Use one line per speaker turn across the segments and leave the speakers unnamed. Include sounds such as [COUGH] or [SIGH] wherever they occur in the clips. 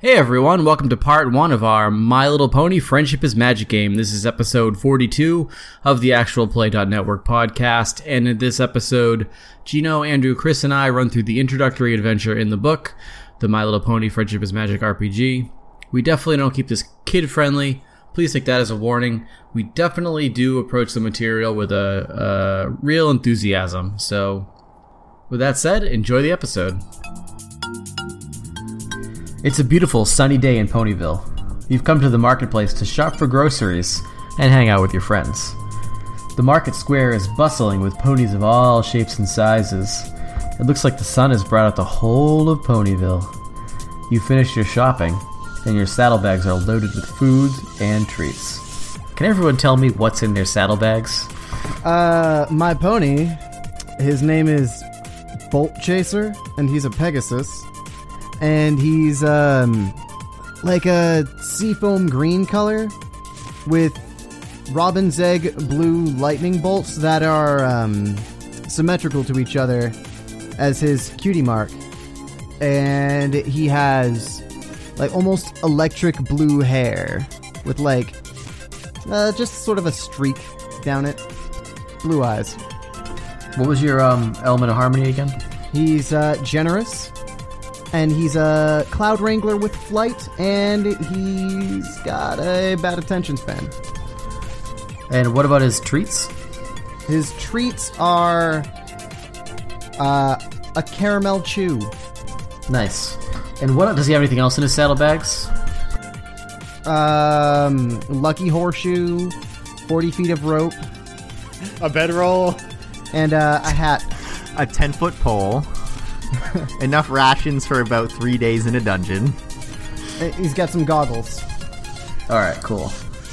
Hey everyone, welcome to part one of our My Little Pony Friendship is Magic game. This is episode 42 of the actual Play.network podcast. And in this episode, Gino, Andrew, Chris, and I run through the introductory adventure in the book, the My Little Pony Friendship is Magic RPG. We definitely don't keep this kid friendly. Please take that as a warning. We definitely do approach the material with a, a real enthusiasm. So, with that said, enjoy the episode. It's a beautiful sunny day in Ponyville. You've come to the marketplace to shop for groceries and hang out with your friends. The market square is bustling with ponies of all shapes and sizes. It looks like the sun has brought out the whole of Ponyville. You finish your shopping, and your saddlebags are loaded with food and treats. Can everyone tell me what's in their saddlebags?
Uh, my pony, his name is Bolt Chaser, and he's a Pegasus, and he's um like a seafoam green color with robin's egg blue lightning bolts that are um, symmetrical to each other as his cutie mark, and he has like almost electric blue hair with like uh, just sort of a streak down it, blue eyes.
What was your um, element of harmony again?
He's uh, generous, and he's a cloud wrangler with flight, and he's got a bad attention span.
And what about his treats?
His treats are uh, a caramel chew.
Nice. And what does he have anything else in his saddlebags?
Um, lucky horseshoe, 40 feet of rope,
a bedroll.
and uh, a hat.
a 10 foot
[LAUGHS]
pole, enough rations for about three days in a dungeon.
Uh, He's got some goggles. [LAUGHS]
All right, cool.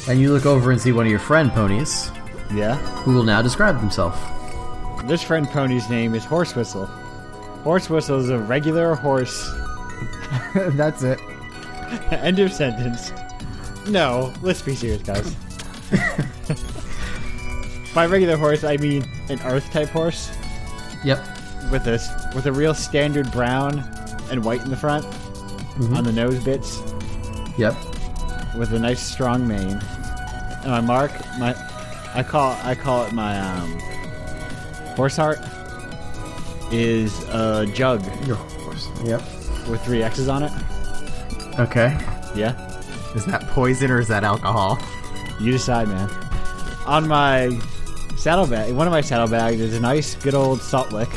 And you look over and see one of your friend ponies,
Yeah.
who will now describe himself.
This friend pony's name is Horse Whistle. Horse Whistle is a regular horse. [LAUGHS]
That's it.
End of sentence. No, let's be serious, guys. [LAUGHS] By regular horse, I mean an Earth type horse
Yep.
with a s- with a real standard brown and white in the front, on the nose bits,
Yep.
with a nice strong mane. And my mark, my I call I call it my um, horse heart is a jug
Your horse. Yep.
with three X's on it.
Okay.
Yeah,
Is that poison or is that alcohol?
you decide, man. On my saddlebag, one of my saddlebags is a nice, good old salt lick,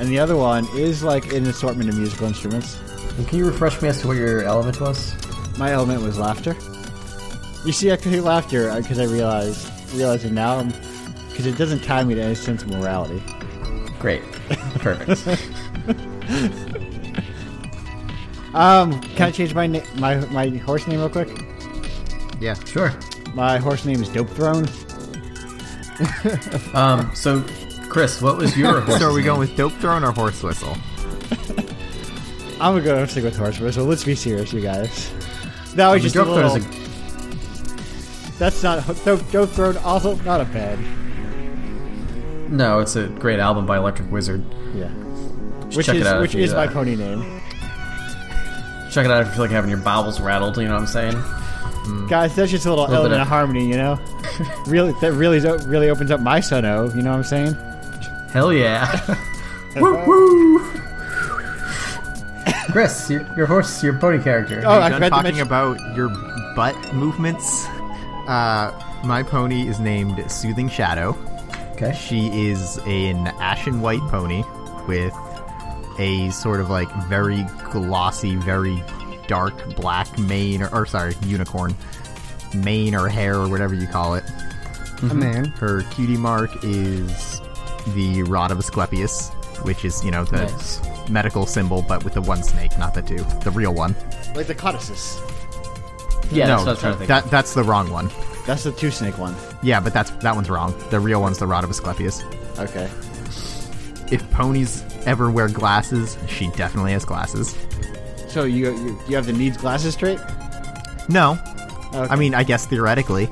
and the other one is like an assortment of musical instruments.
And can you refresh me as to what your element was?
My element was laughter. You see, I picked laughter because I realized realizing now because it doesn't tie me to any sense of morality.
Great. [LAUGHS] Perfect.
Um, can I change my na- my my horse name real quick?
Yeah.
sure.
My horse name is Dope Throne.
Um, so, Chris, what was [LAUGHS] your horse?
So are we going with dope throne or horse whistle?
I'm gonna go stick with horse whistle. Let's be serious, you guys. That was just a little. That's not Dope, Dope Throne. Also, not a bad.
no, it's a great album by Electric Wizard.
Yeah. Which
check it
is
out if
which
you,
is my
uh,
pony name,
Check it out if you feel like having your bowels rattled. You know what I'm saying?
guys. That's just a little,
Little bit
element of,
of-
harmony,
[LAUGHS]
you know. really, that really is- really opens up my sono. You know what I'm saying?
Hell [LAUGHS] yeah. woo woo. Chris, your, your horse, your pony character.
Oh, I
Done
forgot to
talking
mention.
about your butt movements. Uh, my pony is named Soothing Shadow.
okay.
She is an ashen white pony with a sort of like very glossy, very dark black mane, or, or sorry, unicorn mane or hair or whatever you call it.
A man.
Her cutie mark is the Rod of Asclepius, which is, you know, the
Nice.
medical symbol, but with the one snake, not the two. The real one.
like the codices.
Yeah, that's
no,
what I was trying to think.
That, that's the wrong one.
That's the two snake one.
Yeah, but that's that one's wrong. The real one's the Rod of Asclepius.
Okay.
If ponies ever wear glasses, she definitely has glasses.
So you you, you have the needs glasses trait.
No.
Okay.
I mean, I guess theoretically,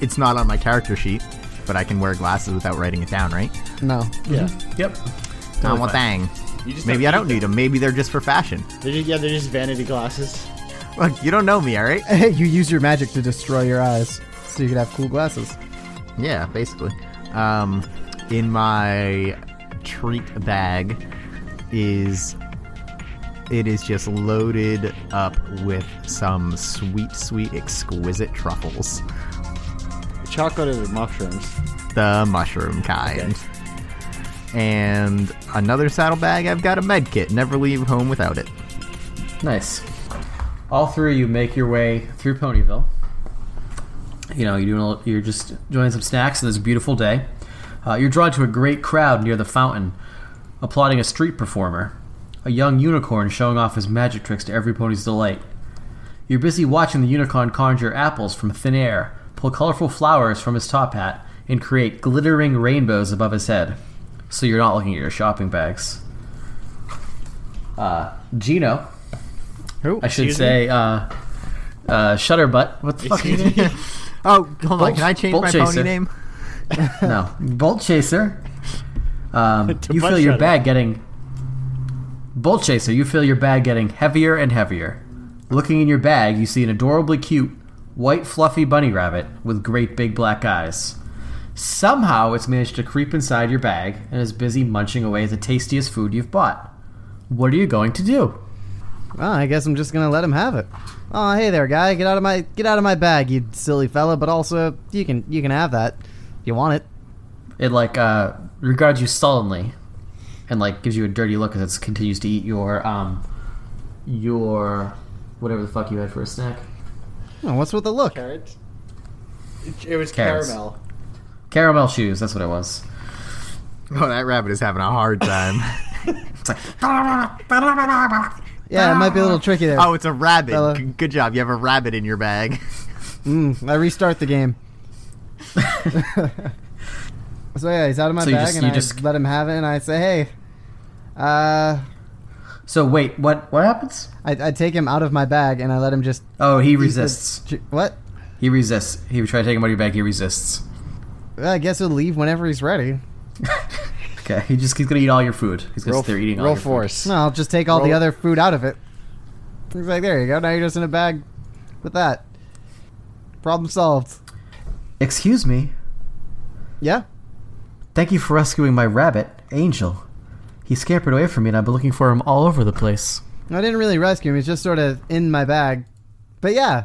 it's not on my character sheet, but I can wear glasses without writing it down, right?
No.
yeah.
Yep.
Not
Totally
one
fine.
thing.
You just
Maybe I don't need
them.
them. Maybe they're just for fashion.
They're just, yeah, they're just vanity glasses.
Look, you don't know me, all right?
you use your magic to destroy your eyes so you could have cool glasses.
Yeah, basically. Um, in my treat bag is it is just loaded up with some sweet, sweet, exquisite truffles,
Chocolate and mushrooms.
the mushroom kind. And another saddlebag. I've got a med kit. Never leave home without it.
Nice. All three of you make your way through Ponyville. You know, you're doing a, you're just enjoying some snacks on this beautiful day. Uh, you're drawn to a great crowd near the fountain, applauding a street performer, a young unicorn showing off his magic tricks to every pony's delight. You're busy watching the unicorn conjure apples from thin air, pull colorful flowers from his top hat, and create glittering rainbows above his head. So you're not looking at your shopping bags. Uh, Gino,
Who?
I should
Excuse
say, uh, uh, Shutterbutt. What the fuck? Is his name?
Oh, hold on.
Bolt-
Can I change
Bolt
my
Chaser.
pony name?
no, [LAUGHS] Bolt Chaser. Um,
To
you
butt
feel your
shutter.
bag getting. Bolt Chaser, you feel your bag getting heavier and heavier. Looking in your bag, you see an adorably cute, white, fluffy bunny rabbit with great big black eyes. Somehow, it's managed to creep inside your bag and is busy munching away at the tastiest food you've bought. What are you going to do?
Well, I guess I'm just gonna let him have it. Oh, hey there, guy. Get out of my get out of my bag, you silly fella. But also, you can you can have that. You want it?
It like uh, regards you sullenly, and like gives you a dirty look as it continues to eat your um, your whatever the fuck you had for a snack.
Oh, what's with the look?
Carrots. It, it was
Carrots.
caramel.
Caramel shoes. That's what it was.
Oh, that rabbit is having a hard time.
It's like
Yeah, it might be a little tricky there.
oh, it's a rabbit.
Hello.
G- good job. You have a rabbit in your bag.
Mm, I restart the game. [LAUGHS] so yeah, he's out of my
So you
bag,
just-
and
you
I
just-
let him have it. And I say, hey, uh,
[LAUGHS] so. Wait, what? What happens?
I, I take him out of my bag, and I let him just
Oh, he resists.
J- What?
He resists. He tried to take him out of your bag. He resists. [LAUGHS]
Well, I guess he'll leave whenever he's ready.
Okay, he just he's gonna eat all your food. He's gonna sit there eating all
roll
your food.
force.
No, I'll just take all the
Roll-
other food out of it. He's like, there you go. Now you're just in a bag with that. Problem solved.
Excuse me.
Yeah.
Thank you for rescuing my rabbit, Angel. He scampered away from me, and I've been looking for him all over the place.
I didn't really rescue him. He's just sort of in my bag. But yeah,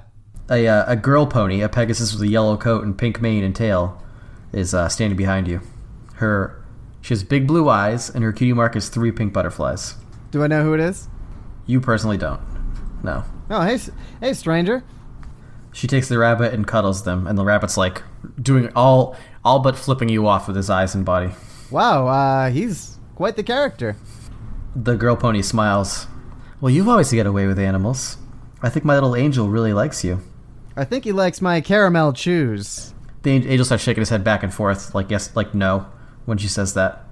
a, uh, a girl pony, a Pegasus with a yellow coat and pink mane and tail, is uh, standing behind you. Her, she has big blue eyes, and her cutie mark is three pink butterflies.
do I know who it is?
You personally don't. No.
Oh, hey, s- hey, stranger.
She takes the rabbit and cuddles them, and the rabbit's like doing all, all but flipping you off with his eyes and body.
Wow, uh, he's quite the character.
The girl pony smiles. Well, you've always got away with animals. I think my little angel really likes you.
I think he likes my caramel chews.
The an- angel starts shaking his head back and forth, like yes, like no, when she says that.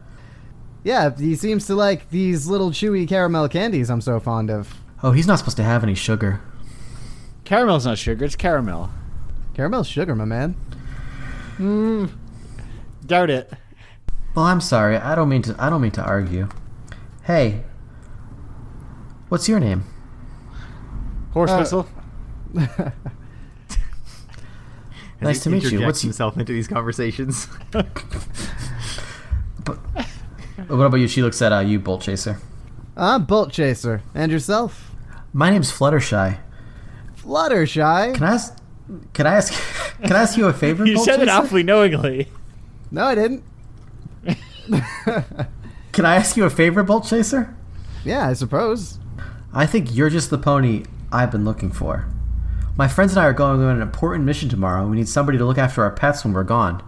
Yeah, he seems to like these little chewy caramel candies I'm so fond of.
Oh, he's not supposed to have any sugar.
Caramel's not sugar. It's caramel.
Caramel sugar, my man.
Doubt it.
Well, I'm sorry. I don't mean to. I don't mean to argue. Hey, what's your name?
Horse
Uh,
whistle.
As
[LAUGHS] Nice to
he
meet you.
interjects
What's-
himself into these
[LAUGHS]
conversations?
Mm-hmm.
What about you? She looks at uh, you, Bolt Chaser.
I'm Bolt Chaser. And yourself?
My name's Fluttershy.
Fluttershy.
Can I ask? Can I ask? [LAUGHS] Can I ask you a favor?
[LAUGHS] [LAUGHS] You
Bolt
said
Chaser?
it awfully knowingly.
no, I didn't.
Can I ask you a favor, Bolt Chaser?
Yeah, I suppose.
I think you're just the pony I've been looking for. My friends and I are going on an important mission tomorrow. We need somebody to look after our pets when we're gone.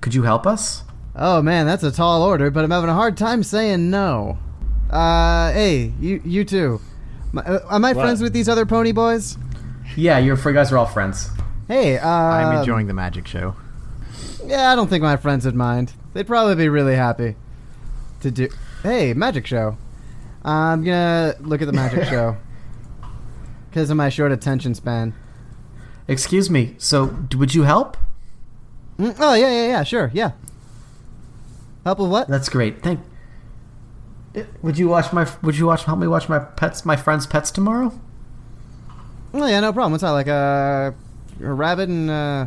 Could you help us?
Oh man, that's a tall order, but I'm having a hard time saying no. Uh, hey, you, you too. My, uh, am I
What?
friends with these other pony boys?
Yeah, you're, you guys are all friends.
Hey, uh,
Um,
I'm enjoying the magic show.
Yeah, I don't think my friends would mind. They'd probably be really happy to do. Hey, magic show. I'm gonna look at the
[LAUGHS]
magic show because of my short attention span.
Excuse me. So, d- would you help?
Mm, oh yeah, yeah, yeah. Sure, yeah. Help with what?
That's great. Thank eh, Would you watch my? Would you watch? Help me watch my pets, my friends' pets tomorrow.
Oh yeah, no problem. It's not like a, a rabbit and uh,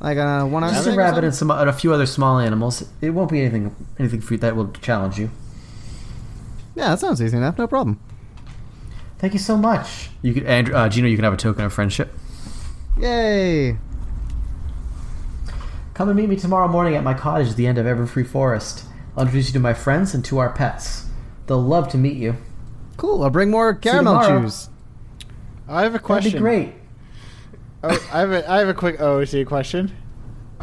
like a one armed
Just a rabbit and some and a few other small animals. It won't be anything anything for you that will challenge you.
Yeah, that sounds easy enough. No problem.
Thank you so much. You could, Andrew, uh, Gino. You can have a token of friendship.
Yay!
Come and meet me tomorrow morning at my cottage at the end of Everfree Forest. I'll introduce you to my friends and to our pets. They'll love to meet you.
Cool. I'll bring more caramel
tomorrow.
juice.
I have a question.
That'd be great.
Oh, I have a, I have a quick OOC question.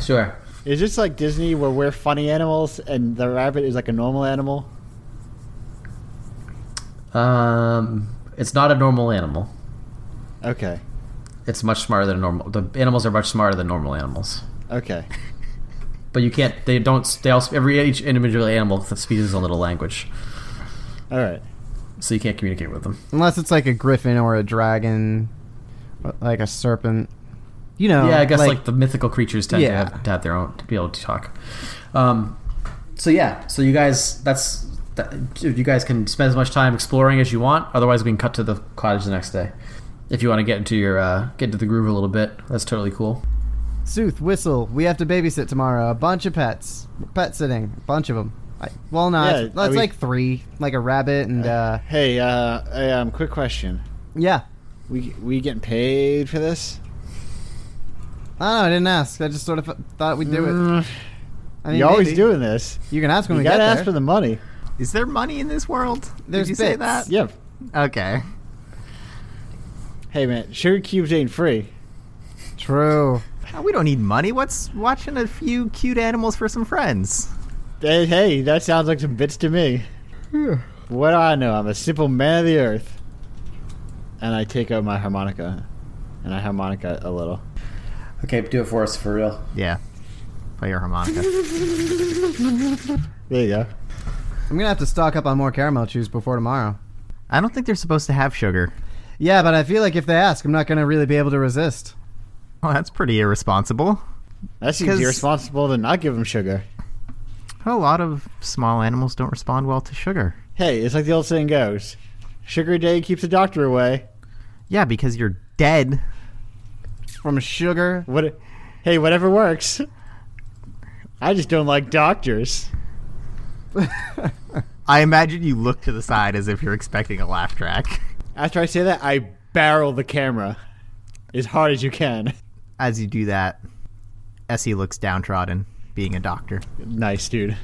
Sure.
Is this like Disney where we're funny animals and the rabbit is like a normal animal?
Um, it's not a normal animal.
Okay.
It's much smarter than normal. The animals are much smarter than normal animals.
Okay.
But you can't. They don't. They all. Every each individual animal speaks its own little language,
All right.
so you can't communicate with them.
Unless it's like a griffin or a dragon, or like a serpent. You know.
yeah, I guess Oh, like, the mythical creatures tend
Yeah.
to, have, to have their own to be able to talk. Um, so yeah, so you guys, that's that, you guys can spend as much time exploring as you want. Otherwise, we can cut to the cottage the next day. If you want to get into your uh, get into the groove a little bit, that's totally cool.
Sooth, whistle. We have to babysit tomorrow. A bunch of pets. Pet sitting. A bunch of them. I, well, not.
Yeah,
that's
are we-
like three. Like a rabbit and uh,
Hey, uh, hey, um, quick question.
yeah.
We we getting paid for this?
I don't know. I didn't ask. I just sort of thought we'd do it.
Mm,
I mean,
You're always
maybe.
doing this.
You can ask when
You
we
gotta
get
ask
there.
for the money.
Is there money in this world?
There's
Did you say
bits.
that?
Yep.
Okay.
Hey man, sugar cubes ain't free.
True.
Uh, We don't need money. What's watching a few cute animals for some friends?
Hey, hey, that sounds like some bits to me. What do I know? I'm a simple man of the earth. And I take out my harmonica, and I harmonica a little.
Okay, do it for us for real.
Yeah. Play
[LAUGHS]
your harmonica.
There you go.
I'm gonna have to stock up on more caramel chews before tomorrow.
I don't think they're supposed to have sugar.
Yeah, but I feel like if they ask, I'm not gonna really be able to resist.
Well, that's pretty irresponsible.
That seems
'Cause-
irresponsible to not give them sugar.
A lot of small animals don't respond well to sugar.
Hey, it's like the old saying goes Sugar day keeps the doctor away.
Yeah, because you're dead.
From sugar.
What? Hey, whatever works. I just don't like doctors.
I imagine you look to the side as if you're expecting a laugh track.
After I say that, I barrel the camera as hard as you can.
As you do that, Essie looks downtrodden, being a doctor.
Nice, dude.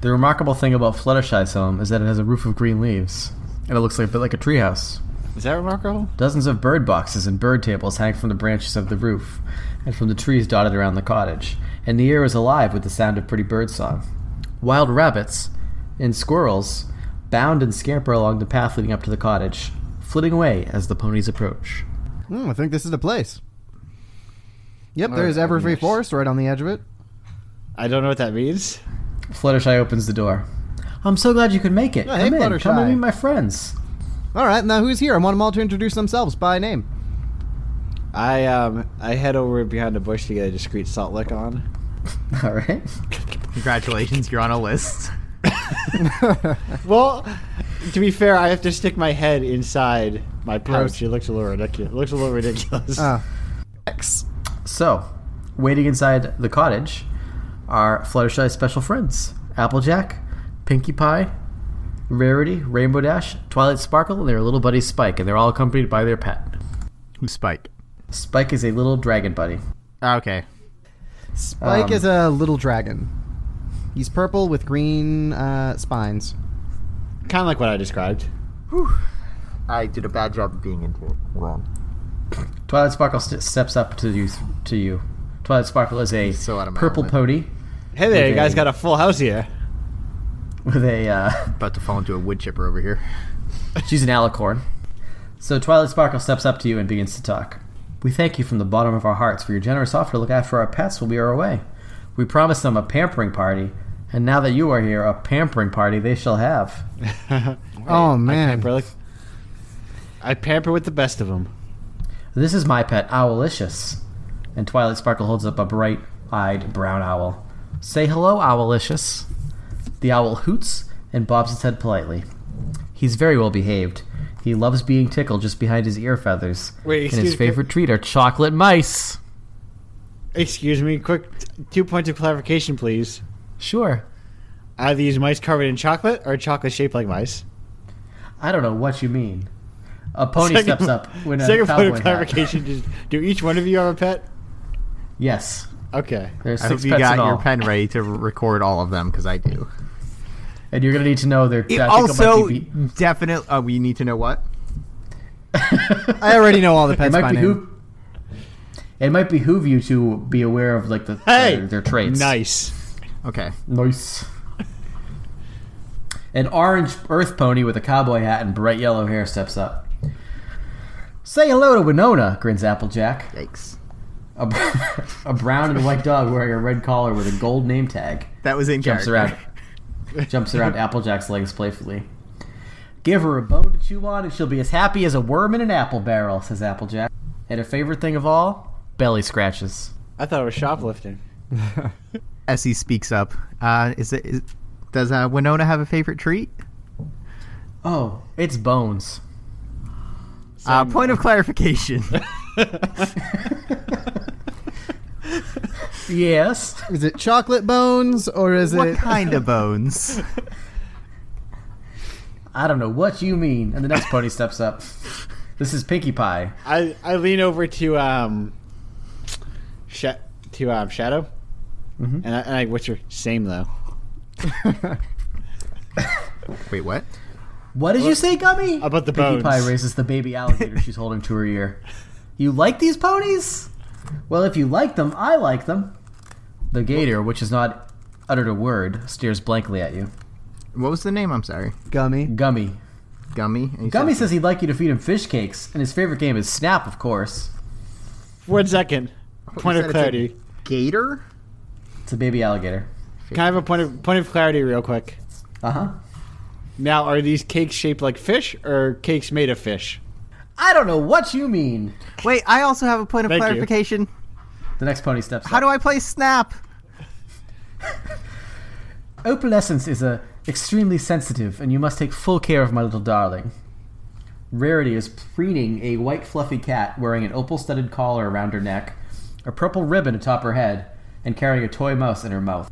The remarkable thing about Fluttershy's home is that it has a roof of green leaves, and it looks like a bit like a treehouse.
Is that remarkable?
Dozens of bird boxes and bird tables hang from the branches of the roof and from the trees dotted around the cottage, and the air is alive with the sound of pretty bird song. Wild rabbits and squirrels bound and scamper along the path leading up to the cottage, flitting away as the ponies approach.
Hmm, I think this is the place. Yep, there's Everfree Forest right on the edge of it.
I don't know what that means.
Fluttershy opens the door. I'm so glad you could make it.
Oh, hey,
come in, come
Fluttershy.
and meet my friends. [LAUGHS]
All right, now who's here? I want them all to introduce themselves by
[LAUGHS]
name.
I um I head over behind a bush to get a discreet salt lick on.
All right.
Congratulations, you're on a list.
Well, to be fair, I have to stick my head inside my pouch. It looks a little ridiculous. It looks a little ridiculous.
Oh.
So, waiting inside the cottage are Fluttershy's special friends Applejack, Pinkie Pie, Rarity, Rainbow Dash, Twilight Sparkle, and their little buddy Spike, and they're all accompanied by their pet.
Who's Spike?
Spike is a little dragon buddy.
Okay.
Spike
Um,
is a little dragon. He's purple with green uh, spines.
Kind of like what I described.
I did a bad job of being into it. Wrong.
Twilight Sparkle st- steps up to you. To you. Twilight Sparkle is a
so out of my
purple
element.
pony
Hey there, you
Okay.
guys got a full house [LAUGHS] here.
with a. Uh, [LAUGHS]
About to fall into a wood chipper over here.
She's an alicorn. So Twilight Sparkle steps up to you and begins to talk. We thank you from the bottom of our hearts for your generous offer to look after our pets while we are away. We promised them a pampering party, and now that you are here, a pampering party they shall have.
Oh
I
man,
pamper, like, I pamper with the best of them.
This is my pet, Owlicious. And Twilight Sparkle holds up a bright eyed brown owl. Say hello, Owlicious. The owl hoots and bobs his head politely. He's very well behaved. He loves being tickled just behind his ear feathers.
Wait,
and his
excuse me.
favorite treat are chocolate mice.
Excuse me, quick t- two points of clarification, please.
Sure.
Are these mice covered in chocolate or chocolate shaped like mice?
I don't know what you mean. A pony
Second-
steps
[LAUGHS]
up when a
Second
cowboy
point of
hat-
clarification is do each one of you have a pet?
Yes.
Okay.
There's
I
six
hope you
pets
got
in all.
your pen ready to record all of them because I do.
and you're gonna need to know their
also,
[LAUGHS]
definitely, uh, we need to know what.
I already know all the
[LAUGHS] it
pets by
might
name.
behoove it might behoove you to be aware of like the
Hey!
their, their traits.
Nice.
Okay,
nice. [LAUGHS] An orange earth pony with a cowboy hat and bright yellow hair steps up. Say hello to Winona, grins Applejack.
yikes.
A, br- [LAUGHS] a brown and white dog wearing a red collar with a gold name tag.
That was in
jumps around
character. [LAUGHS]
jumps
[LAUGHS]
around Applejack's legs playfully. Give her a bone to chew on and she'll be as happy as a worm in an apple barrel, says Applejack. And her favorite thing of all, belly scratches.
I thought it was shoplifting.
Essie speaks up. Uh, is it? Is, does uh, Winona have a favorite treat?
Oh, it's bones.
Uh, point of clarification.
Yes.
Is it chocolate bones or is
what
it?
kind of bones?
I don't know what you mean. And the next pony steps up. This is Pinkie Pie.
[LAUGHS] I, I lean over to um sh- to um Shadow. And, I, and I whisper, same though.
[LAUGHS] Wait, what?
What did you say, Gummy?
About the
Pinkie
bones.
Pie raises the baby alligator
[LAUGHS]
she's holding to her ear. You like these ponies? Well, if you like them, I like them. The gator, which has not uttered a word, stares blankly at you.
What was the name? I'm sorry.
Gummy.
Gummy.
Gummy. And you
Gummy
said-
says he'd like you to feed him fish cakes, and his favorite game is Snap, of course.
One second.
you
Point
said
of
it's a-
clarity.
Gator.
It's a baby alligator.
Can I have a point of point of clarity real quick?
Uh huh.
Now are these cakes shaped like fish or cakes made of fish?
I don't know what you mean.
Wait, I also have a point of
Thank you.
clarification.
The next pony steps
How do I play Snap?
Opalescence is a extremely sensitive, and you must take full care of my little darling. Rarity is preening a white fluffy cat wearing an opal-studded collar around her neck, a purple ribbon atop her head, and carrying a toy mouse in her mouth.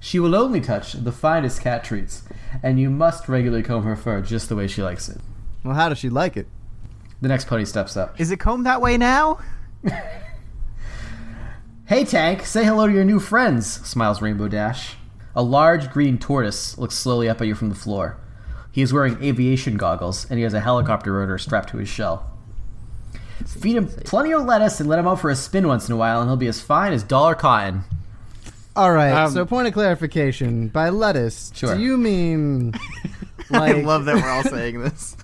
She will only touch the finest cat treats, and you must regularly comb her fur just the way she likes it.
Well, how does she like it?
The next pony steps up.
Is it combed that way now?
Hey Tank, say hello to your new friends, smiles Rainbow Dash. A large green tortoise looks slowly up at you from the floor. He is wearing aviation goggles and he has a helicopter rotor strapped to his shell. Feed him plenty of lettuce and let him out for a spin once in a while and he'll be as fine as dollar cotton.
All right.
Um,
so, point of clarification: by lettuce,
Sure.
do you mean
I
like
love that we're all saying this.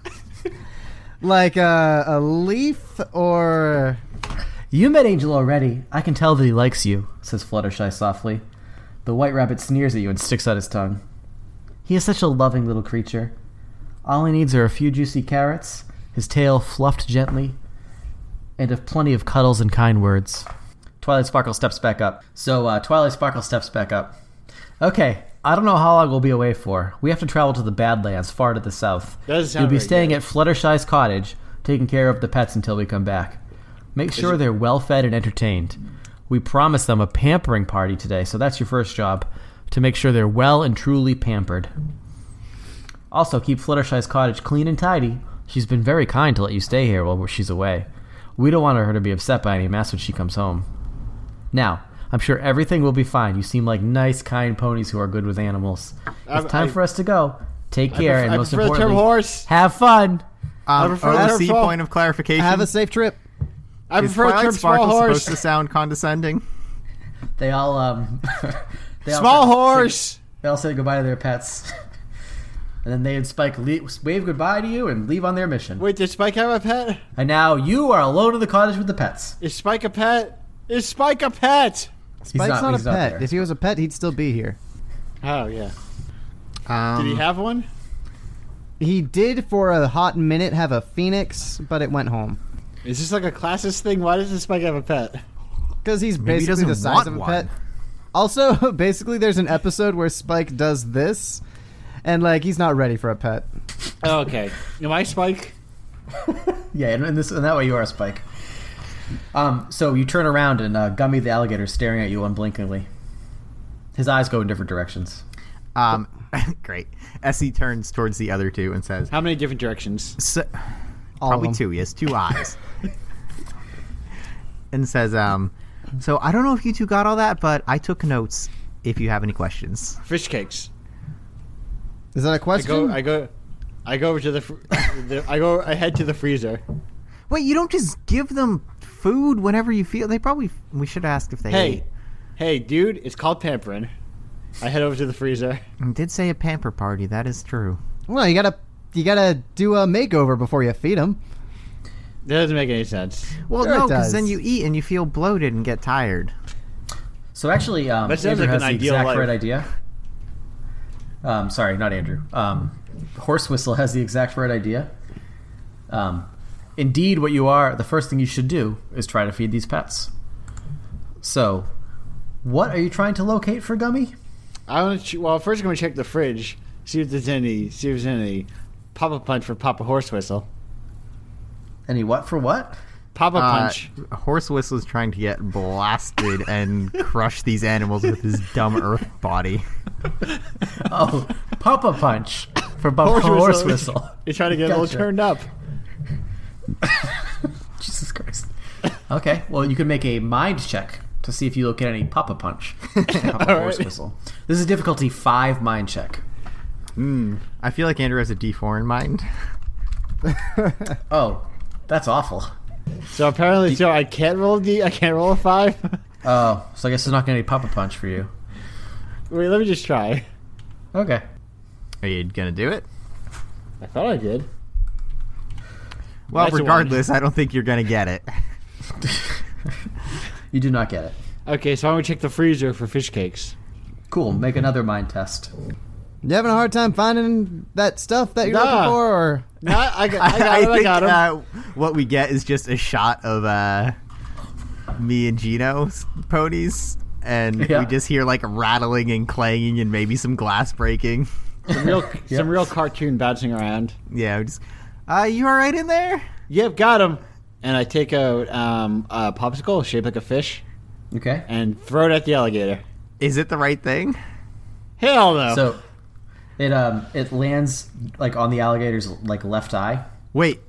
like a, a leaf or?
You met Angel already. I can tell that he likes you, says Fluttershy softly. The white rabbit sneers at you and sticks out his tongue. He is such a loving little creature. All he needs are a few juicy carrots, his tail fluffed gently, and of plenty of cuddles and kind words. Twilight Sparkle steps back up. So, uh, Twilight Sparkle steps back up. Okay, I don't know how long we'll be away for. We have to travel to the Badlands, far to the south.
Doesn't sound
You'll be
very
staying
good.
at Fluttershy's cottage, taking care of the pets until we come back. Make sure they're well fed and entertained. We promised them a pampering party today, so that's your first job to make sure they're well and truly pampered. Also, keep Fluttershy's cottage clean and tidy. She's been very kind to let you stay here while she's away. We don't want her to be upset by any mess when she comes home. Now, I'm sure everything will be fine. You seem like nice, kind ponies who are good with animals. It's
I-
time
I-
for us to go. Take
I
care,
pref- I
and most
prefer the term
importantly,
horse.
have fun.
Um,
prefer that
OC
or fall.
point of clarification.
Have a safe trip.
I
Is
prefer the term
Twilight
small
Sparkle
horse.
supposed to sound condescending?
They all um, [LAUGHS] they all
Small
say-
horse.
They all say goodbye to their pets, [LAUGHS] and then they and Spike le- wave goodbye to you and leave on their mission.
Wait, did Spike have a pet?
And now you are alone in the cottage with the pets.
Is Spike a pet? Is Spike a pet?
Spike's
not-
not,
he's
a
not
pet.
there.
if he was a pet, he'd still be here.
Oh yeah.
Um,
Did he have one?
He did for a hot minute have a phoenix, but it went home
Is this like a classist thing? Why doesn't Spike have a pet?
because he's
Maybe he
basically the
doesn't
size
want
of a [LAUGHS]
one.
pet. Also, basically, there's an episode where Spike does this, and like he's not ready for a pet.
Okay. Am I Spike?
Yeah, and, and this and that way you are a spike. Um, so you turn around and uh, Gummy the alligator is staring at you unblinkingly. His eyes go in different directions.
Um, [LAUGHS] great. Essie turns towards the other two and says,
How many different directions?
S
All
probably
of them.
two. He has two eyes. [LAUGHS] and says, um, so I don't know if you two got all that, but I took notes. If you have any questions,
Fish cakes.
Is that a
I go.
question?
I go. I go over to the, fr- [LAUGHS] the. I go. I head to the freezer.
wait, you don't just give them food whenever you feel. They probably. We should ask if they.
Hey, hey, dude! It's called pampering. I head over to the freezer.
ate. did say a pamper party. That is true.
well, you gotta you gotta do a makeover before you feed him.
That doesn't make any sense.
Well,
Sure it
no, because
does.
then you eat and you feel bloated and get tired.
So actually, um,
That sounds
Andrew has
like an
the
ideal
exact
life.
right idea. Um, sorry, not Andrew. Um, Horse Whistle has the exact right idea. Um, indeed, what you are, the first thing you should do is try to feed these pets. So, what are you trying to locate for Gummy?
I want to. Ch- well, first I'm gonna check the fridge, see if there's any. See if there's any. Papa punch for Papa horse whistle.
Any what for what?
Papa [LAUGHS]
Uh,
punch.
Horse Whistle's trying to get blasted and crush these animals with his dumb earth body.
Oh,
[LAUGHS]
Papa Punch for Bubba
Horse
Horse
Whistle. [LAUGHS]
Whistle.
You're trying to get it all
Gotcha.
turned up.
[LAUGHS] Jesus Christ. Okay, well, you can make a mind check to see if you look at any Papa
[LAUGHS]
Punch. [LAUGHS] Papa
All
Horse
right.
Whistle. This is difficulty five mind check.
[LAUGHS] I feel like Andrew has a D4 in mind.
Oh, that's awful.
So apparently, so I can't roll a D. I can't roll a five. [LAUGHS]
Oh, so I guess there's not going to be Papa Punch for you.
Wait, let me just try.
Okay. [LAUGHS]
Are you gonna do it?
I thought I did.
Well,
That's a one.
regardless, I don't think you're gonna get it.
you do not get it.
Okay, so I'm gonna check the freezer for fish [LAUGHS] cakes.
Cool, make another mind test.
You having a hard time finding that stuff that you're
Nah.
looking for? Or
No, [LAUGHS] I, I got,
[LAUGHS]
I got, him, I
think
got him.
Uh, what we get is just a shot of uh, me and Gino's ponies, and
Yeah.
we just hear like rattling and clanging and maybe some glass breaking. [LAUGHS]
[LAUGHS]
some real,
Yeah.
some real cartoon bouncing around.
Yeah, we just. Uh, you all right in there?
Yep, got him. And I take out um, a popsicle shaped like a fish
Okay.
and throw it at the alligator.
Is it the right thing?
Hell no!
So it um it lands like on the alligator's like left eye,
Wait.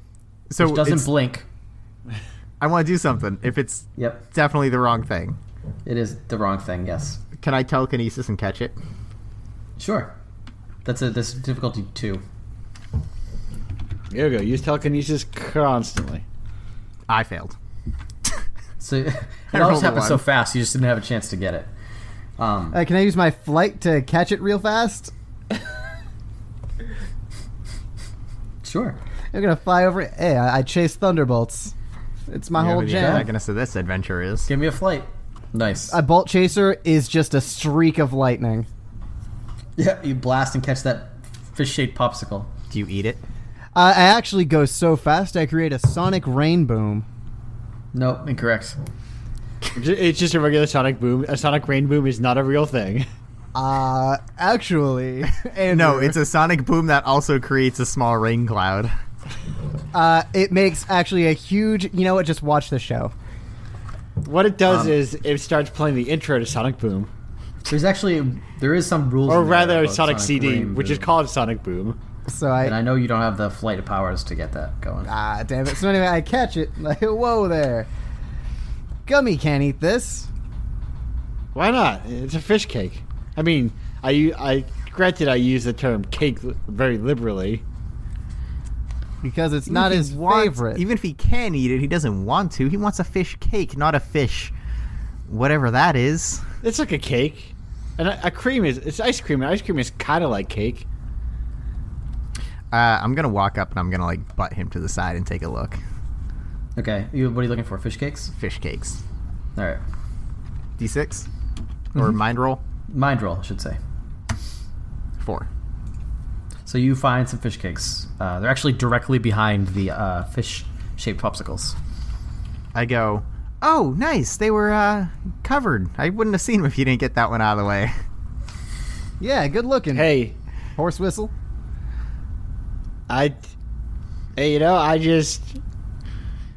So
which doesn't
it's-
blink.
I want to do something. If it's
Yep.
definitely the wrong thing,
It is the wrong thing, yes.
can I telekinesis and catch it?
Sure. That's a this difficulty 2.
Here we go. Use telekinesis constantly.
I failed.
So [LAUGHS]
I
it all
rolled
just
a
happened so
one.
fast, you just didn't have a chance to get it. Um,
uh, can I use my flight to catch it real fast?
sure.
I'm gonna fly over. Hey, I, I chase thunderbolts. It's my
You know
whole
who the
jam.
antagonist of this adventure is.
Give me a flight. Nice.
A bolt chaser is just a streak of lightning.
yeah, you blast and catch that fish-shaped popsicle.
Do you eat it?
I I actually go so fast I create a sonic rain boom.
Nope, incorrect.
Ju- It's just a regular sonic boom. A sonic rain boom is not a real thing. [LAUGHS]
Uh, actually, [LAUGHS] and
No, it's a sonic boom that also creates a small rain cloud.
uh, it makes actually a huge. You know what? Just watch the show.
What it does
Um,
is it starts playing the intro to Sonic Boom,
There's actually there is some rules,
or
in there
rather
about
Sonic, CD,
Rainbow.
which is called Sonic Boom.
So
And I
I,
know you don't have the flight of powers to get that going.
ah, damn it. So anyway, I catch it. [LAUGHS] Like, whoa there, gummy can't eat this.
Why not? It's a fish cake. I mean, I u- I granted I use the term cake li- very liberally.
Because it's not
Even if
his
he wants-
favorite.
Even if he can eat it, he doesn't want to. He wants a fish cake, not a fish, whatever that is.
It's like a cake, and a, a cream is it's ice cream, and ice cream is kind of like cake.
Uh, I'm gonna walk up and I'm gonna like butt him to the side and take a look.
Okay, you, what are you looking for? Fish cakes.
Fish cakes,
All right,
D6 or mind roll
mind roll, I should say.
four.
So you find some fish cakes. Uh, they're actually directly behind the uh, fish-shaped popsicles.
I go. Oh, nice. They were uh, covered. I wouldn't have seen them if you didn't get that one out of the way.
yeah, good looking.
Hey,
Horse whistle.
I, hey, you know, I just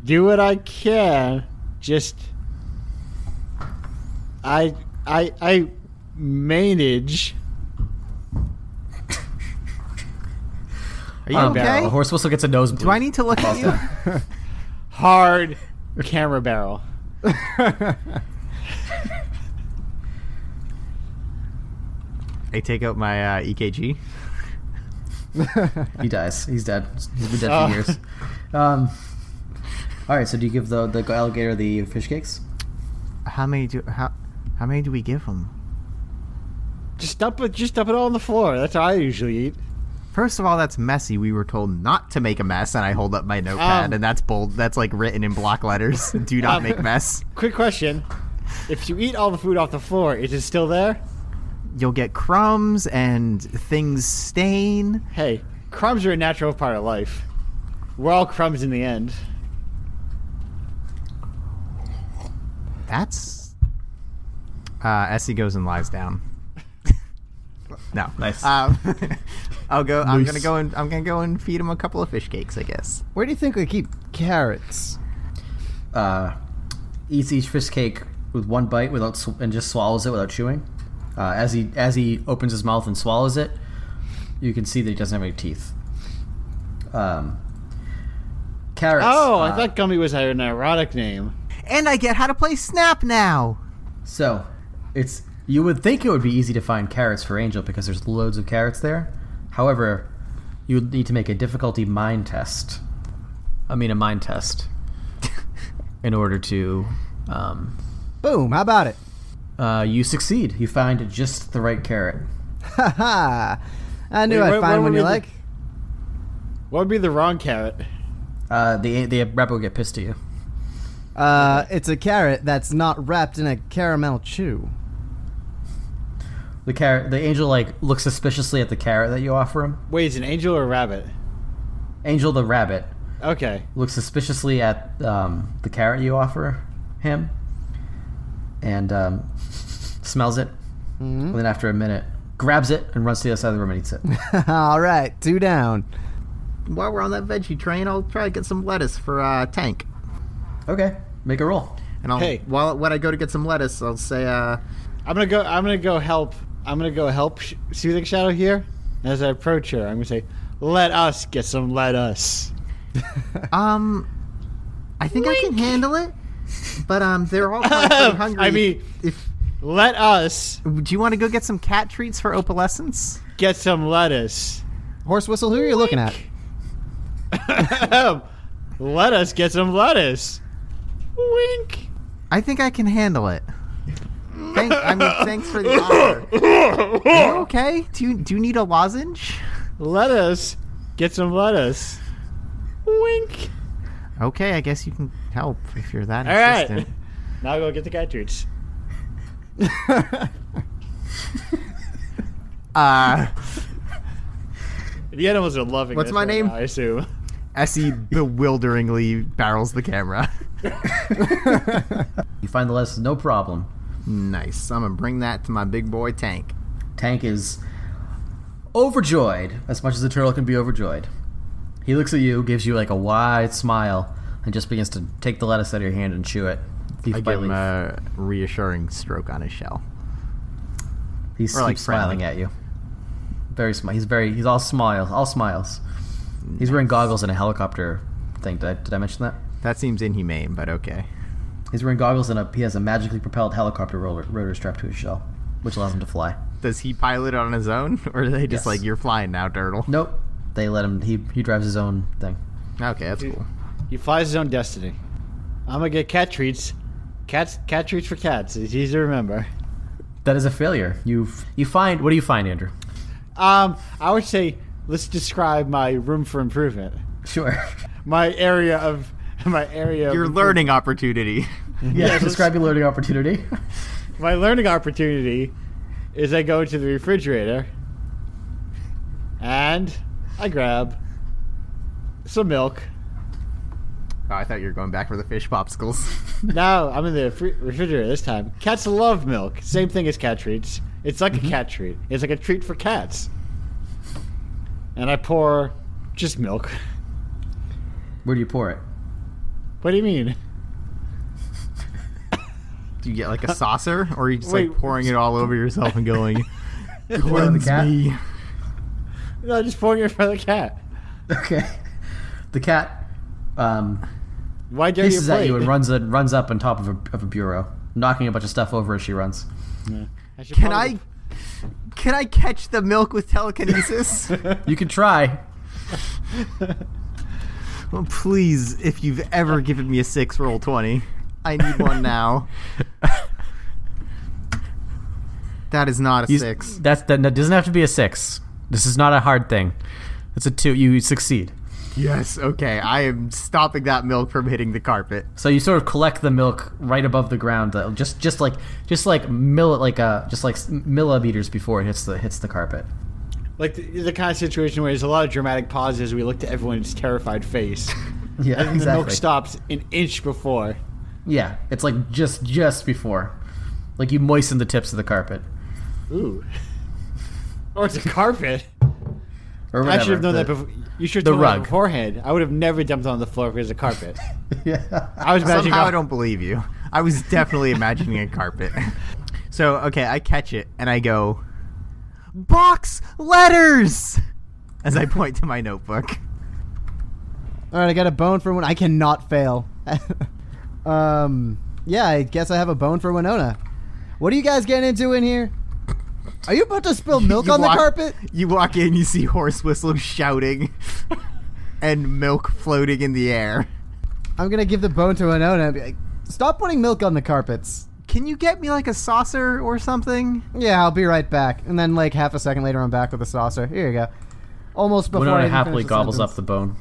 do what I can. Just, I, I, I manage.
Are you
Um,
Oh, okay?
The horse whistle gets a nosebleed.
Do I need to look at you? [LAUGHS]
Hard camera barrel.
[LAUGHS] I take out my uh, EKG.
He dies. He's dead. He's been dead
Oh.
Uh.
for years. Um, all right. So do you give the the alligator the fish cakes?
How many do how how many do we give him?
[LAUGHS] Just dump it. Just dump it all on the floor. That's how I usually eat.
First of all, that's messy. We were told not to make a mess, and I hold up my notepad,
Um.
and that's bold. That's like written in block [LAUGHS] letters. Do not
Um.
make mess.
Quick question: If you eat all the food off the floor, is it still there?
You'll get crumbs and things stain.
Hey, crumbs are a natural part of life. We're all crumbs in the end.
That's. Uh, Essie goes and lies down. [LAUGHS] no,
Nice.
Um, [LAUGHS] I'll go. I'm gonna
Nice.
go and I'm gonna go and feed him a couple of fish cakes. I guess.
[LAUGHS] Where do you think we keep carrots?
Uh, eats each fish cake with one bite without sw- and just swallows it without chewing. Uh, as he as he opens his mouth and swallows it, you can see that he doesn't have any teeth. Um, carrots.
Oh, I
uh,
thought Gummy was an erotic name.
And I get how to play Snap now.
So, it's you would think it would be easy to find carrots for Angel because there's loads of carrots there. However, you would need to make a difficulty mind test. I mean, a mind test in order to. Um,
Boom! How about it? [LAUGHS]
uh, you succeed. You find just the right carrot.
Ha ha! I knew
Wait,
I'd
what-
find
what
one
were
you
the-
like.
What would be the wrong carrot?
Uh, the the rep will get pissed at you.
Uh, it's a carrot that's not wrapped in a caramel chew. [LAUGHS]
The carrot. The angel like looks suspiciously at the carrot that you offer him.
Wait, is it an angel or a rabbit?
Angel the rabbit
Okay.
looks suspiciously at um, the carrot you offer him, and um, smells it.
Mhm.
And then after a minute, grabs it and runs to the other side of the room and eats it.
All right, two down. [LAUGHS]
While we're on that veggie train, I'll try to get some lettuce for uh, Tank.
okay, make a roll.
And I'll
Hey.
while when I go to get some lettuce, I'll say, uh,
I'm gonna go. I'm gonna go help. I'm gonna go help Sh- Soothing Shadow here. As I approach her, I'm gonna say, "Let us get some lettuce."
[LAUGHS] um, I think I can handle it. But um, they're all probably
[LAUGHS]
pretty hungry.
I mean-
if
Let us
do you want to go get some cat treats for opalescence?
get some lettuce.
Horse whistle. Who are you looking at?
[LAUGHS] Let us get some lettuce. Wink.
I think I can handle it. Thank, I mean, thanks
[LAUGHS]
for the offer. You okay? Do you do you need a lozenge?
Let us get some lettuce. Wink.
Okay, I guess you can help if you're that
All right.
insistent.
[LAUGHS] Now go get the cat treats.
Uh, [LAUGHS]
The animals are loving.
What's
this
my
right
name?
now, I
[LAUGHS]
assume.
Essie bewilderingly barrels the camera. [LAUGHS]
You find the lettuce no problem.
nice. I'm gonna bring that to my big boy tank.
Tank is overjoyed, as much as a turtle can be overjoyed. He looks at you, gives you like a wide smile, and just begins to take the lettuce out of your hand and chew it. Leaf
I
by
give him
leaf.
a reassuring stroke on his shell.
he keeps
or, like,
smiling
friendly.
at you. Very smile. He's very. He's all smiles. All smiles. He's wearing goggles and a helicopter thing. Did I, did I mention that?
That seems inhumane, but okay.
He's wearing goggles and a, he has a magically propelled helicopter roller, rotor strapped to his shell, which allows him to fly.
Does he pilot on his own, [LAUGHS] or are they just
Yes.
like you're flying now, turtle?
Nope. They let him. He he drives his own thing.
Okay, that's cool.
He flies his own destiny. I'm gonna get cat treats. Cats, cat treats for cats. It's easy to remember.
That is a failure. You you find what do you find, Andrew?
Um, I would say let's describe my room for improvement.
Sure. [LAUGHS]
My area of [LAUGHS] my area. of
Your
improve-
learning opportunity.
yeah.
let's-
describe your loading opportunity. [LAUGHS]
My learning opportunity is I go into the refrigerator and I grab some milk.
[LAUGHS] oh, I thought you were going back for the fish popsicles. [LAUGHS]
Now I'm in the fr- refrigerator this time. Cats
Mm-hmm.
love milk. Same thing as cat treats. It's like a cat treat. It's like a treat for cats. and I pour just milk. [LAUGHS]
Where do you pour it?
What do you mean?
Do you get
Uh,
like a saucer, or are you just
Wait.
like pouring it all over yourself and
[LAUGHS]
going,
Pour it on the
"Cleanse
cat?
me"?
[LAUGHS] No, just pouring it in front of the cat.
[LAUGHS] Okay. The cat um,
Why dare you
hisses
play?
at you and
[LAUGHS]
runs a, runs up on top of a, of a bureau, knocking a bunch of stuff over as she runs.
Can I? Can I catch the milk
[LAUGHS]
with telekinesis?
You can
[LAUGHS]
try.
well, please, if you've ever given me a six, roll twenty. I need one
[LAUGHS]
now. That is not a
You-
six.
That's that, that doesn't have to be a six. This is not a hard thing. It's a two. You succeed.
Yes. Okay. I am stopping that milk from hitting the carpet.
So you sort of collect the milk right above the ground, uh, just just like just like milli, like uh just like s- millimeters before it hits the hits the carpet.
Like the, the kind of situation where there's a lot of dramatic pauses. We look to everyone's terrified
[LAUGHS]
face.
[LAUGHS] Yeah,
and the milk stops an inch before.
Yeah, it's like just just before, like you moisten the tips of the carpet
Ooh. [LAUGHS] Or it's a carpet.
or whatever.
I should have known
the-
that before. You should
the
have known that
rug.
beforehand. I would have never dumped on the floor because it's a carpet.
[LAUGHS]
[LAUGHS] yeah.
I was imagining.
Somehow
a-
I don't believe you. I was definitely imagining a carpet. [LAUGHS] So, okay, I catch it and I go, box letters! As I point to my notebook.
All right, I got a bone for one. I cannot fail. [LAUGHS] um, yeah, I guess I have a bone for Winona. What are you guys getting into in here? Are you about to spill milk
[LAUGHS] You
on
walk-
the carpet?
You walk in, you see horse whistle shouting [LAUGHS] and milk floating in the air.
I'm gonna give the bone to Winona and be like, "Stop putting milk on the carpets."
Can you get me like a saucer or something?
Yeah, I'll be right back. And then, like half a second later, I'm back with a saucer. Here you go. Almost before I
Winona
even
happily
finish the
gobbles
sentence.
up the bone.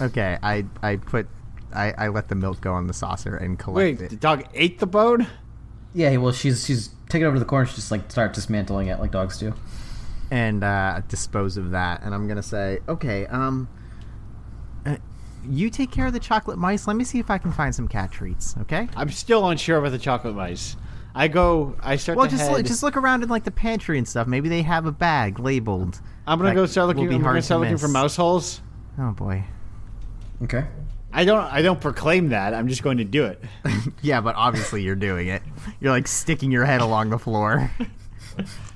Okay, I, I put. I, I let the milk go on the saucer and collect
Wait, the
it.
dog ate the bone?
yeah. Well, she's she's taking over to the corner. She just like start dismantling it like dogs do.
and uh, dispose of that. And I'm gonna say, okay, um, uh, you take care of the chocolate mice. Let me see if I can find some cat treats. Okay.
I'm still unsure about the chocolate mice. I go. I start.
Well,
to
just
head-
look, just look around in like the pantry and stuff. Maybe they have a bag labeled.
I'm gonna
that
go start
will
looking.
be
I'm
hard
gonna
to
start looking for
miss.
mouse holes.
Oh boy. [LAUGHS]
Okay.
I don't. I don't proclaim that. I'm just going to do it.
yeah, but obviously you're doing it. You're like sticking your head along the
[LAUGHS]
floor.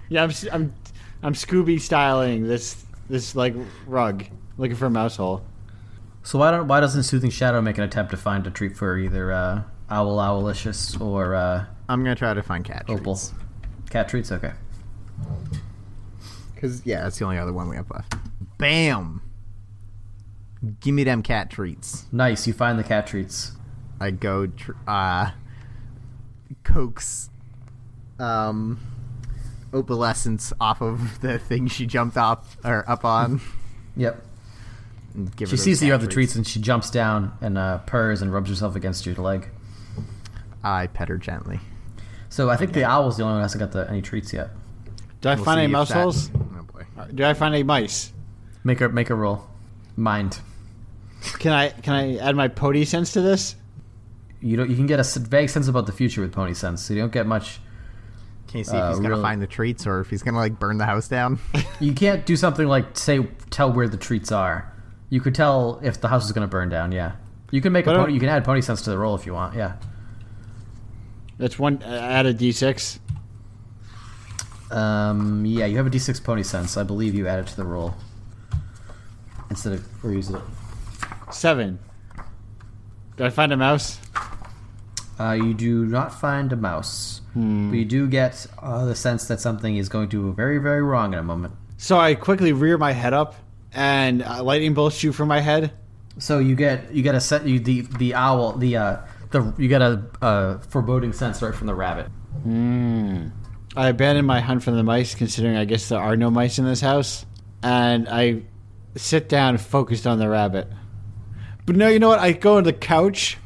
Yeah, I'm. s- I'm. I'm Scooby styling this. This like rug, looking for a mouse hole.
So why don't why doesn't Soothing Shadow make an attempt to find a treat for either uh, Owl Owlicious or uh,
I'm gonna try to find cat
Opal?
treats.
Cat treats. Okay.
Cause yeah, that's the only other one we have left. Bam. Give me them cat treats.
Nice. You find the cat treats.
I go tr- uh, coax um, opalescence off of [LAUGHS] the thing she jumped off or up on.
Yep.
And give
She
her those
sees that you
cat
have the treats and she jumps down and uh, purrs and rubs herself against your leg.
I pet her gently.
So I think the owl's the only one that hasn't got the, any treats yet.
Do I
We'll
find
see
any
if
mouse
that-
holes?
Oh boy.
Do I find any mice?
Make her make a roll. Mind.
Can I? Can I add my pody sense to this?
You don't. You can get a s- vague sense about the future with pony sense. So you don't get much.
Can you see
Uh,
if he's gonna
really-
find the treats or if he's gonna like burn the house [LAUGHS] down?
You can't do something like say tell where the treats are. You could tell if the house is going to burn down. Yeah. You can make a
But I-
pony. You can add pony sense to the roll if you want. Yeah.
That's one. uh, Add a d6.
Um, yeah, you have a d6 pony sense. I believe you add it to the roll instead of or use it.
Seven. Did I find a mouse?
Uh, you do not find a mouse, but
Hmm.
you do get uh, the sense that something is going to go very, very wrong in a moment.
So I quickly rear my head up, and uh, lightning bolts shoot from my head.
So you get you get a set you the the owl the uh the you get a uh, foreboding sense right from the rabbit.
I abandon my hunt for the mice, considering I guess there are no mice in this house, and I sit down focused on the rabbit. But no, you know what? I go on the couch,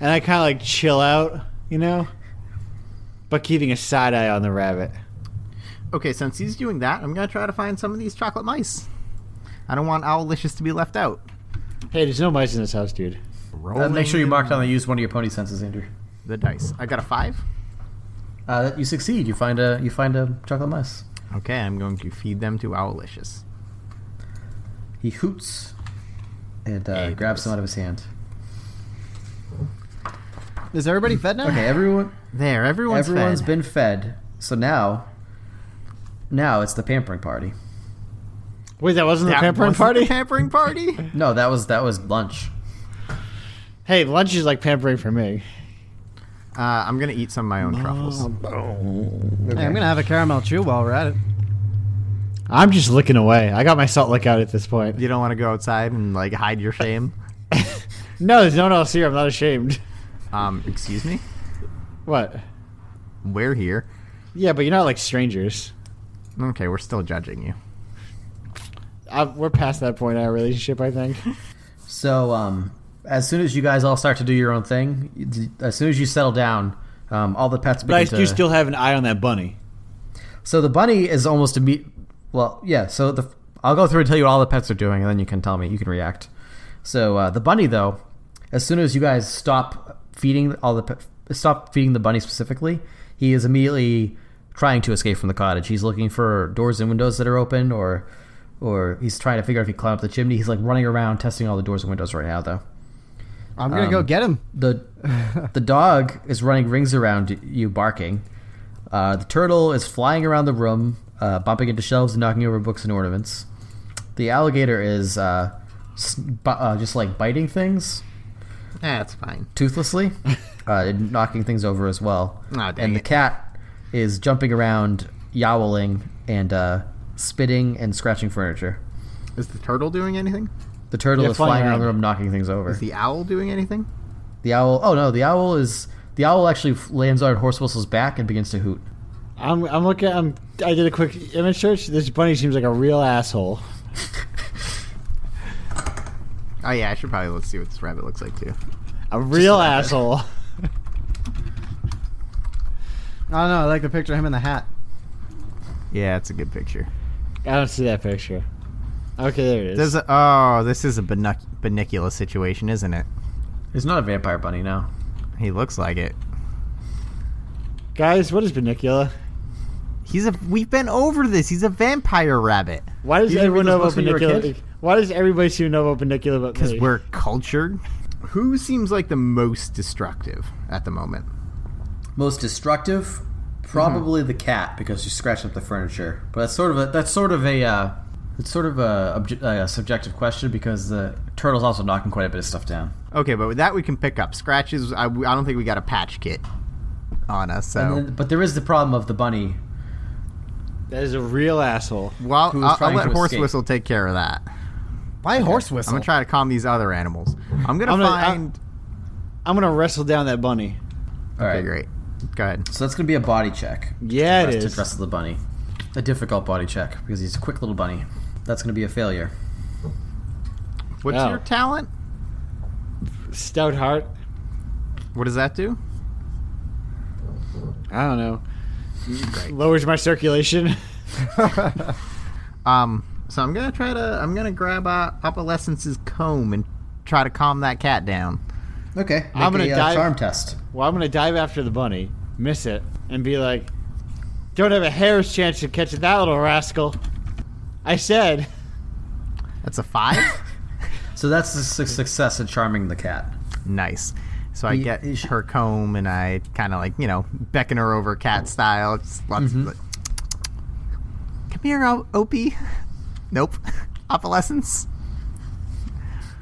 and I kind of like chill out, you know, but keeping a side eye on the rabbit.
okay, since he's doing that, I'm gonna try to find some of these chocolate mice. I don't want Owlicious to be left out.
Hey, there's no mice in this house, dude.
Uh,
Rolling
make sure you mark down that you used one of your pony senses, Andrew.
the dice. I got a five.
Uh, you succeed. You find a you find a chocolate mouse.
Okay, I'm going to feed them to Owlicious.
He hoots and uh,
Hey,
grabs some
Bruce.
out of his hand.
Is everybody fed now?
Okay, everyone,
There, everyone's,
everyone's
fed.
been fed. So now, now it's the pampering party.
Wait, that wasn't
That
the pampering
wasn't
party?
the pampering party?
[LAUGHS]
No, that was that was lunch.
hey, lunch is like pampering for me.
uh, I'm gonna eat some of my own truffles. Oh,
Hey, I'm gonna have a caramel chew while we're at it.
I'm just looking away. I got my salt lick out at this point.
You don't want to go outside and like hide your shame.
No, there's no one else here. I'm not ashamed.
Um, excuse me.
What?
We're here.
Yeah, but you're not like strangers.
Okay, we're still judging you.
I, we're past that point in our relationship,
[LAUGHS]
I think.
So um, as soon as you guys all start to do your own thing, you- as soon as you settle down, um, all the pets begin
But I
to.
do still have an eye on that bunny.
so the bunny is almost immediate. Well, yeah. So the I'll go through and tell you what all the pets are doing, and then you can tell me. You can react. So uh, the bunny, though, as soon as you guys stop feeding all the pe- stop feeding the bunny specifically, he is immediately trying to escape from the cottage. He's looking for doors and windows that are open, or or he's trying to figure out if he climbed up the chimney. He's like running around testing all the doors and windows right now, though.
I'm gonna go get him.
the the dog is running rings around you, barking. Uh, the turtle is flying around the room, uh, bumping into shelves and knocking over books and ornaments. The alligator is uh, s- bu- uh, just like biting things
That's Eh, fine.
toothlessly, uh, and knocking things over as well.
Aw, dang
and the
it.
cat is jumping around, yowling and uh, spitting and scratching furniture.
Is the turtle doing anything?
The turtle
Yeah,
is flying
flying
around the
around.
room, knocking things over.
Is the owl doing anything?
The owl. Oh no, the owl is the owl actually f- lands on Horse Whistle's back and begins to hoot.
I'm, I'm looking. I'm. I did a quick image search. This bunny seems like a real asshole.
Oh yeah, I should probably let's see what this rabbit looks like too.
A
[LAUGHS]
real asshole. [LAUGHS]
I don't know. I like the picture of him in the hat.
Yeah, it's a good picture.
I don't see that picture. Okay, there it is.
There's a, oh, this is a binoc- binocular situation, isn't it?
It's not a vampire bunny now.
He looks like it.
Guys, what is Benicula?
He's a. We've been over this. He's a vampire rabbit.
Why does
You didn't read
everyone know
those
about
books when you were a
Benicula?
kid?
Why does everybody seem to know about Benicula but
Because
me?
we're cultured. Who seems like the most destructive at the moment?
Most destructive, probably the cat because you scratched up the furniture. But that's sort of a that's sort of a uh, it's sort of a, obje- a subjective question because the turtle's also knocking quite a bit of stuff down.
Okay, but with that we can pick up scratches. I, I don't think we got a patch kit on us. So
And then, but there is the problem of the bunny.
That is a real asshole.
well,
who was
I'll, I'll
trying
let
to
horse
escape.
whistle take care of that.
Why horse
I'm
whistle?
gonna try to calm these other animals. I'm gonna
I'm gonna- I-
find.
I'm gonna wrestle down that bunny.
All right,
okay, great. Go ahead.
so that's going to be a body check.
Yeah,
to
it
dress-
is.
To dress the bunny, a difficult body check because he's a quick little bunny. That's going to be a failure.
What's
Oh.
your talent?
Stout heart.
What does
[LAUGHS]
that do?
I don't know.
Great.
Lowers my circulation. [LAUGHS]
Um, so I'm gonna try to. I'm gonna grab uh, Opalescence's comb and try to calm that cat down.
Okay, make
I'm gonna
a, uh,
dive-
charm test.
Well, I'm gonna dive after the bunny, miss it, and be like, "Don't have a hair's chance of catching that little rascal." I said,
That's a five.
[LAUGHS] So that's the su- success in charming the cat.
nice. So I
You-
get
you should-
her comb and I kind of like you know beckon her over cat style. It's lots
Mm-hmm.
of like, Come here, O- Opie. [LAUGHS] Nope. Opalescence.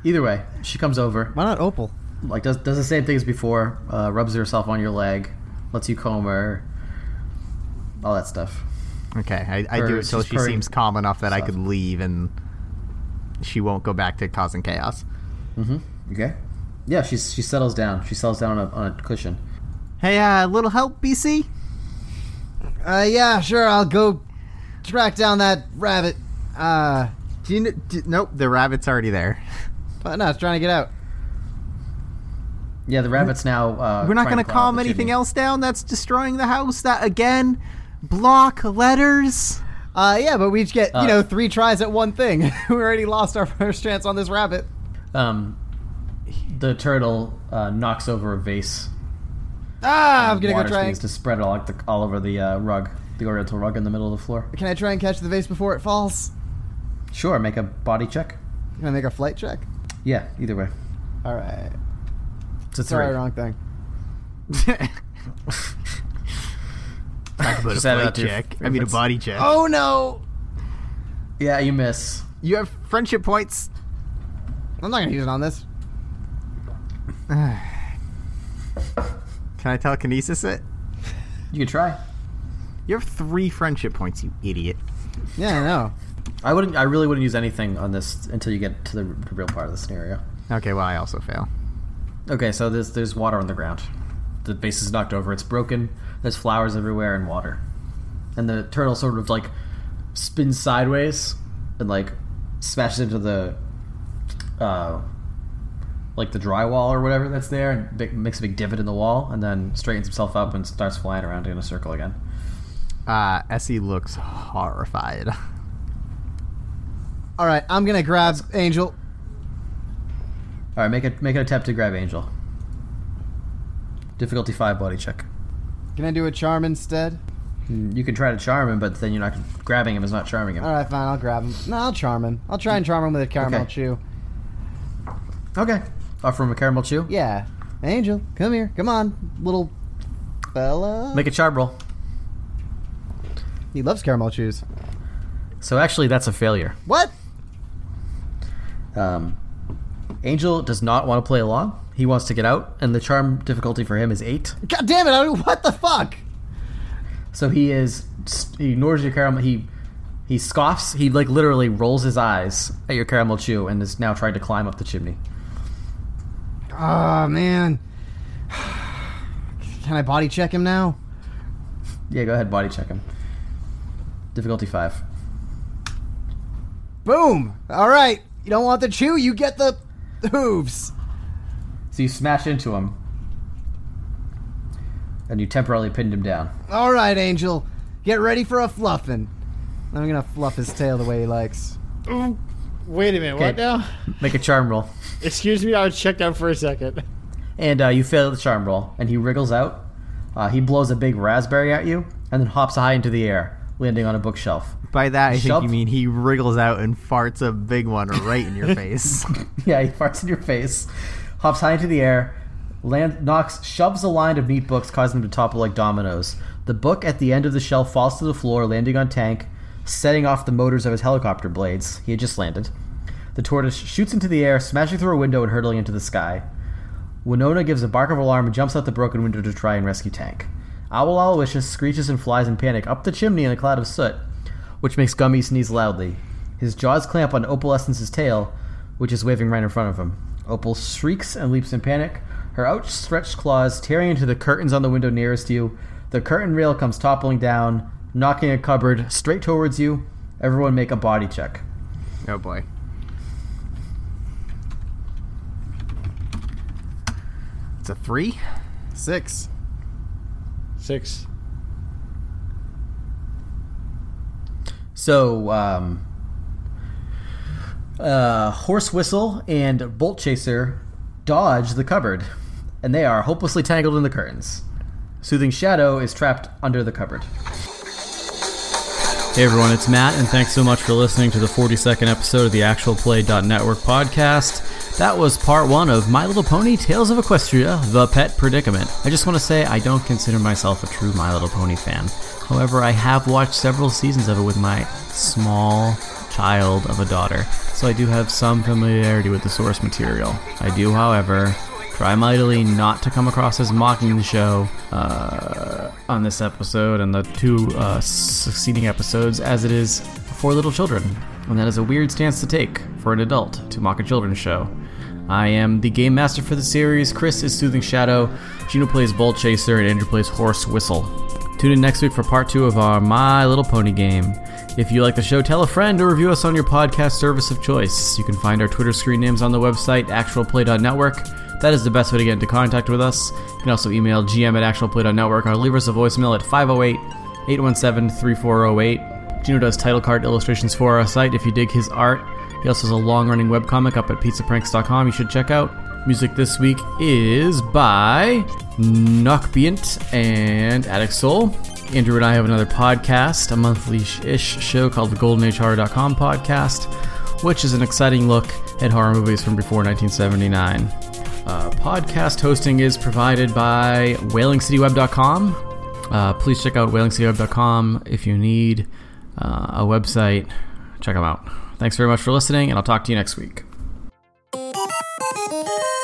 Either way, she comes over,
Why not opal?
like does, does the same thing as before, uh, rubs herself on your leg, lets you comb her, all that stuff.
Okay, I, I do
Or
it till
she's
she
purring
seems calm enough that I
stuff.
could leave and she won't go back to causing chaos.
Mm-hmm. Okay. Yeah, she's she settles down. She settles down on a, on a cushion.
Hey, uh, little help, BC.
Uh, yeah, sure. I'll go track down that rabbit. Uh,
Do you kn- do, nope, the rabbit's already there.
but no, it's trying to get out.
Yeah, the rabbit's now. Uh,
We're not
trying climb
going to
up
calm
the
anything
chimney.
else down. That's destroying the house. That again, block
[LAUGHS]
letters.
Uh, yeah, but we each get you
Uh,
know three tries at one thing. [LAUGHS] we already lost our first chance on this rabbit.
Um, the turtle uh, knocks over a vase.
Ah, I'm gonna
Water
go try.
begins
And,
to spread all, like, the, all over the uh, rug, the oriental rug in the middle of the floor.
can I try and catch the vase before it falls?
Sure, make a body check.
Can I make a flight check?
Yeah, either way.
All right.
It's a
Sorry,
three.
wrong thing.
Talk about a
Just add it
flight
up to your
check.
f-
I mean, a
reference.
body check.
Oh no!
Yeah, you miss.
You have friendship points.
I'm not gonna use it on this.
Can I telekinesis it?
You can try.
You have three friendship points, you idiot.
Yeah, I know.
I wouldn't. I really wouldn't use anything on this until you get to the, the real part of the scenario.
Okay, well, I also fail.
Okay, so there's there's water on the ground. The base is knocked over. It's broken. There's flowers everywhere and water. And the turtle sort of like spins sideways and like smashes into the uh like the drywall or whatever that's there and big, makes a big divot in the wall and then straightens himself up and starts flying around in a circle again.
Uh, Essie looks horrified. [LAUGHS]
All right, I'm gonna grab Angel.
All right, make a make an attempt to grab Angel. Difficulty five body check.
Can I do a charm instead?
You can try to charm him, but then you're not grabbing him is not charming him.
All right, fine. I'll grab him. No, I'll charm him. I'll try and charm him with a caramel
Okay.
chew.
Okay. Offer him a caramel chew.
Yeah, Angel, come here. Come on, little fella.
Make a charm roll.
he loves caramel chews.
So actually, that's a failure.
What?
Um, Angel does not want to play along. He wants to get out, and the charm difficulty for him is eight.
God damn it! I, what the fuck?
So he is he ignores your caramel. He he scoffs. He like literally rolls his eyes at your caramel chew, and is now trying to climb up the chimney.
Oh man. [SIGHS] Can I body check him now?
Yeah, go ahead, body check him. Difficulty five.
Boom! All right. You don't want the chew, you get the hooves.
So you smash into him, and you temporarily pinned him down.
All right, Angel. Get ready for a fluffing. I'm gonna fluff his tail the way he likes.
Wait a minute. What
Okay.
now?
Make a charm roll.
Excuse me. I was checked out for a second.
And uh, you fail the charm roll, and he wriggles out. Uh, he blows a big raspberry at you, and then hops high into the air, landing on a bookshelf.
By that, I think
Shove-
you mean he wriggles out and farts a big one right in your face.
[LAUGHS] yeah, he farts in your face, hops high into the air, land knocks, shoves a line of neat books, causing them to topple like dominoes. The book at the end of the shelf falls to the floor, landing on Tank, setting off the motors of his helicopter blades. He had just landed. The tortoise shoots into the air, smashing through a window and hurtling into the sky. Winona gives a bark of alarm and jumps out the broken window to try and rescue Tank. Owl Aloysius screeches and flies in panic up the chimney in a cloud of soot, which makes Gummy sneeze loudly. His jaws clamp on Opalescence's tail, which is waving right in front of him. Opal shrieks and leaps in panic, her outstretched claws tearing into the curtains on the window nearest you. The curtain rail comes toppling down, knocking a cupboard straight towards you. Everyone make a body check.
oh boy. It's a three?
Six.
Six.
So, um, uh, Horse Whistle and Bolt Chaser dodge the cupboard, and they are hopelessly tangled in the curtains. Soothing Shadow is trapped under the cupboard.
Hey everyone, it's Matt, and thanks so much for listening to the 42nd episode of the Actual Play.network podcast. That was part one of My Little Pony Tales of Equestria, The Pet Predicament. I just want to say I don't consider myself a true My Little Pony fan. However, I have watched several seasons of it with my small child of a daughter, so I do have some familiarity with the source material. I do, however, try mightily not to come across as mocking the show uh, on this episode and the two uh, succeeding episodes as it is for little children. And that is a weird stance to take for an adult to mock a children's show. I am the game master for the series. Chris is Soothing Shadow. Gino plays Bull Chaser, and Andrew plays Horse Whistle. Tune in next week for part two of our My Little Pony game. If you like the show, tell a friend or review us on your podcast service of choice. You can find our Twitter screen names on the website, actualplay.network. That is the best way to get into contact with us. You can also email gm at actualplay.network or leave us a voicemail at 508 817 3408. Gino does title card illustrations for our site if you dig his art. He also has a long running webcomic up at pizzapranks.com you should check out. Music this week is by Nockbient and Addict Soul. Andrew and I have another podcast, a monthly ish show called the Golden Age Horror.com podcast, which is an exciting look
at horror movies from before 1979. Uh, podcast hosting is provided by WhalingCityWeb.com. Uh, please check out WhalingCityWeb.com if you need uh, a website. Check them out. Thanks very much for listening, and I'll talk to you next week.
Thank you.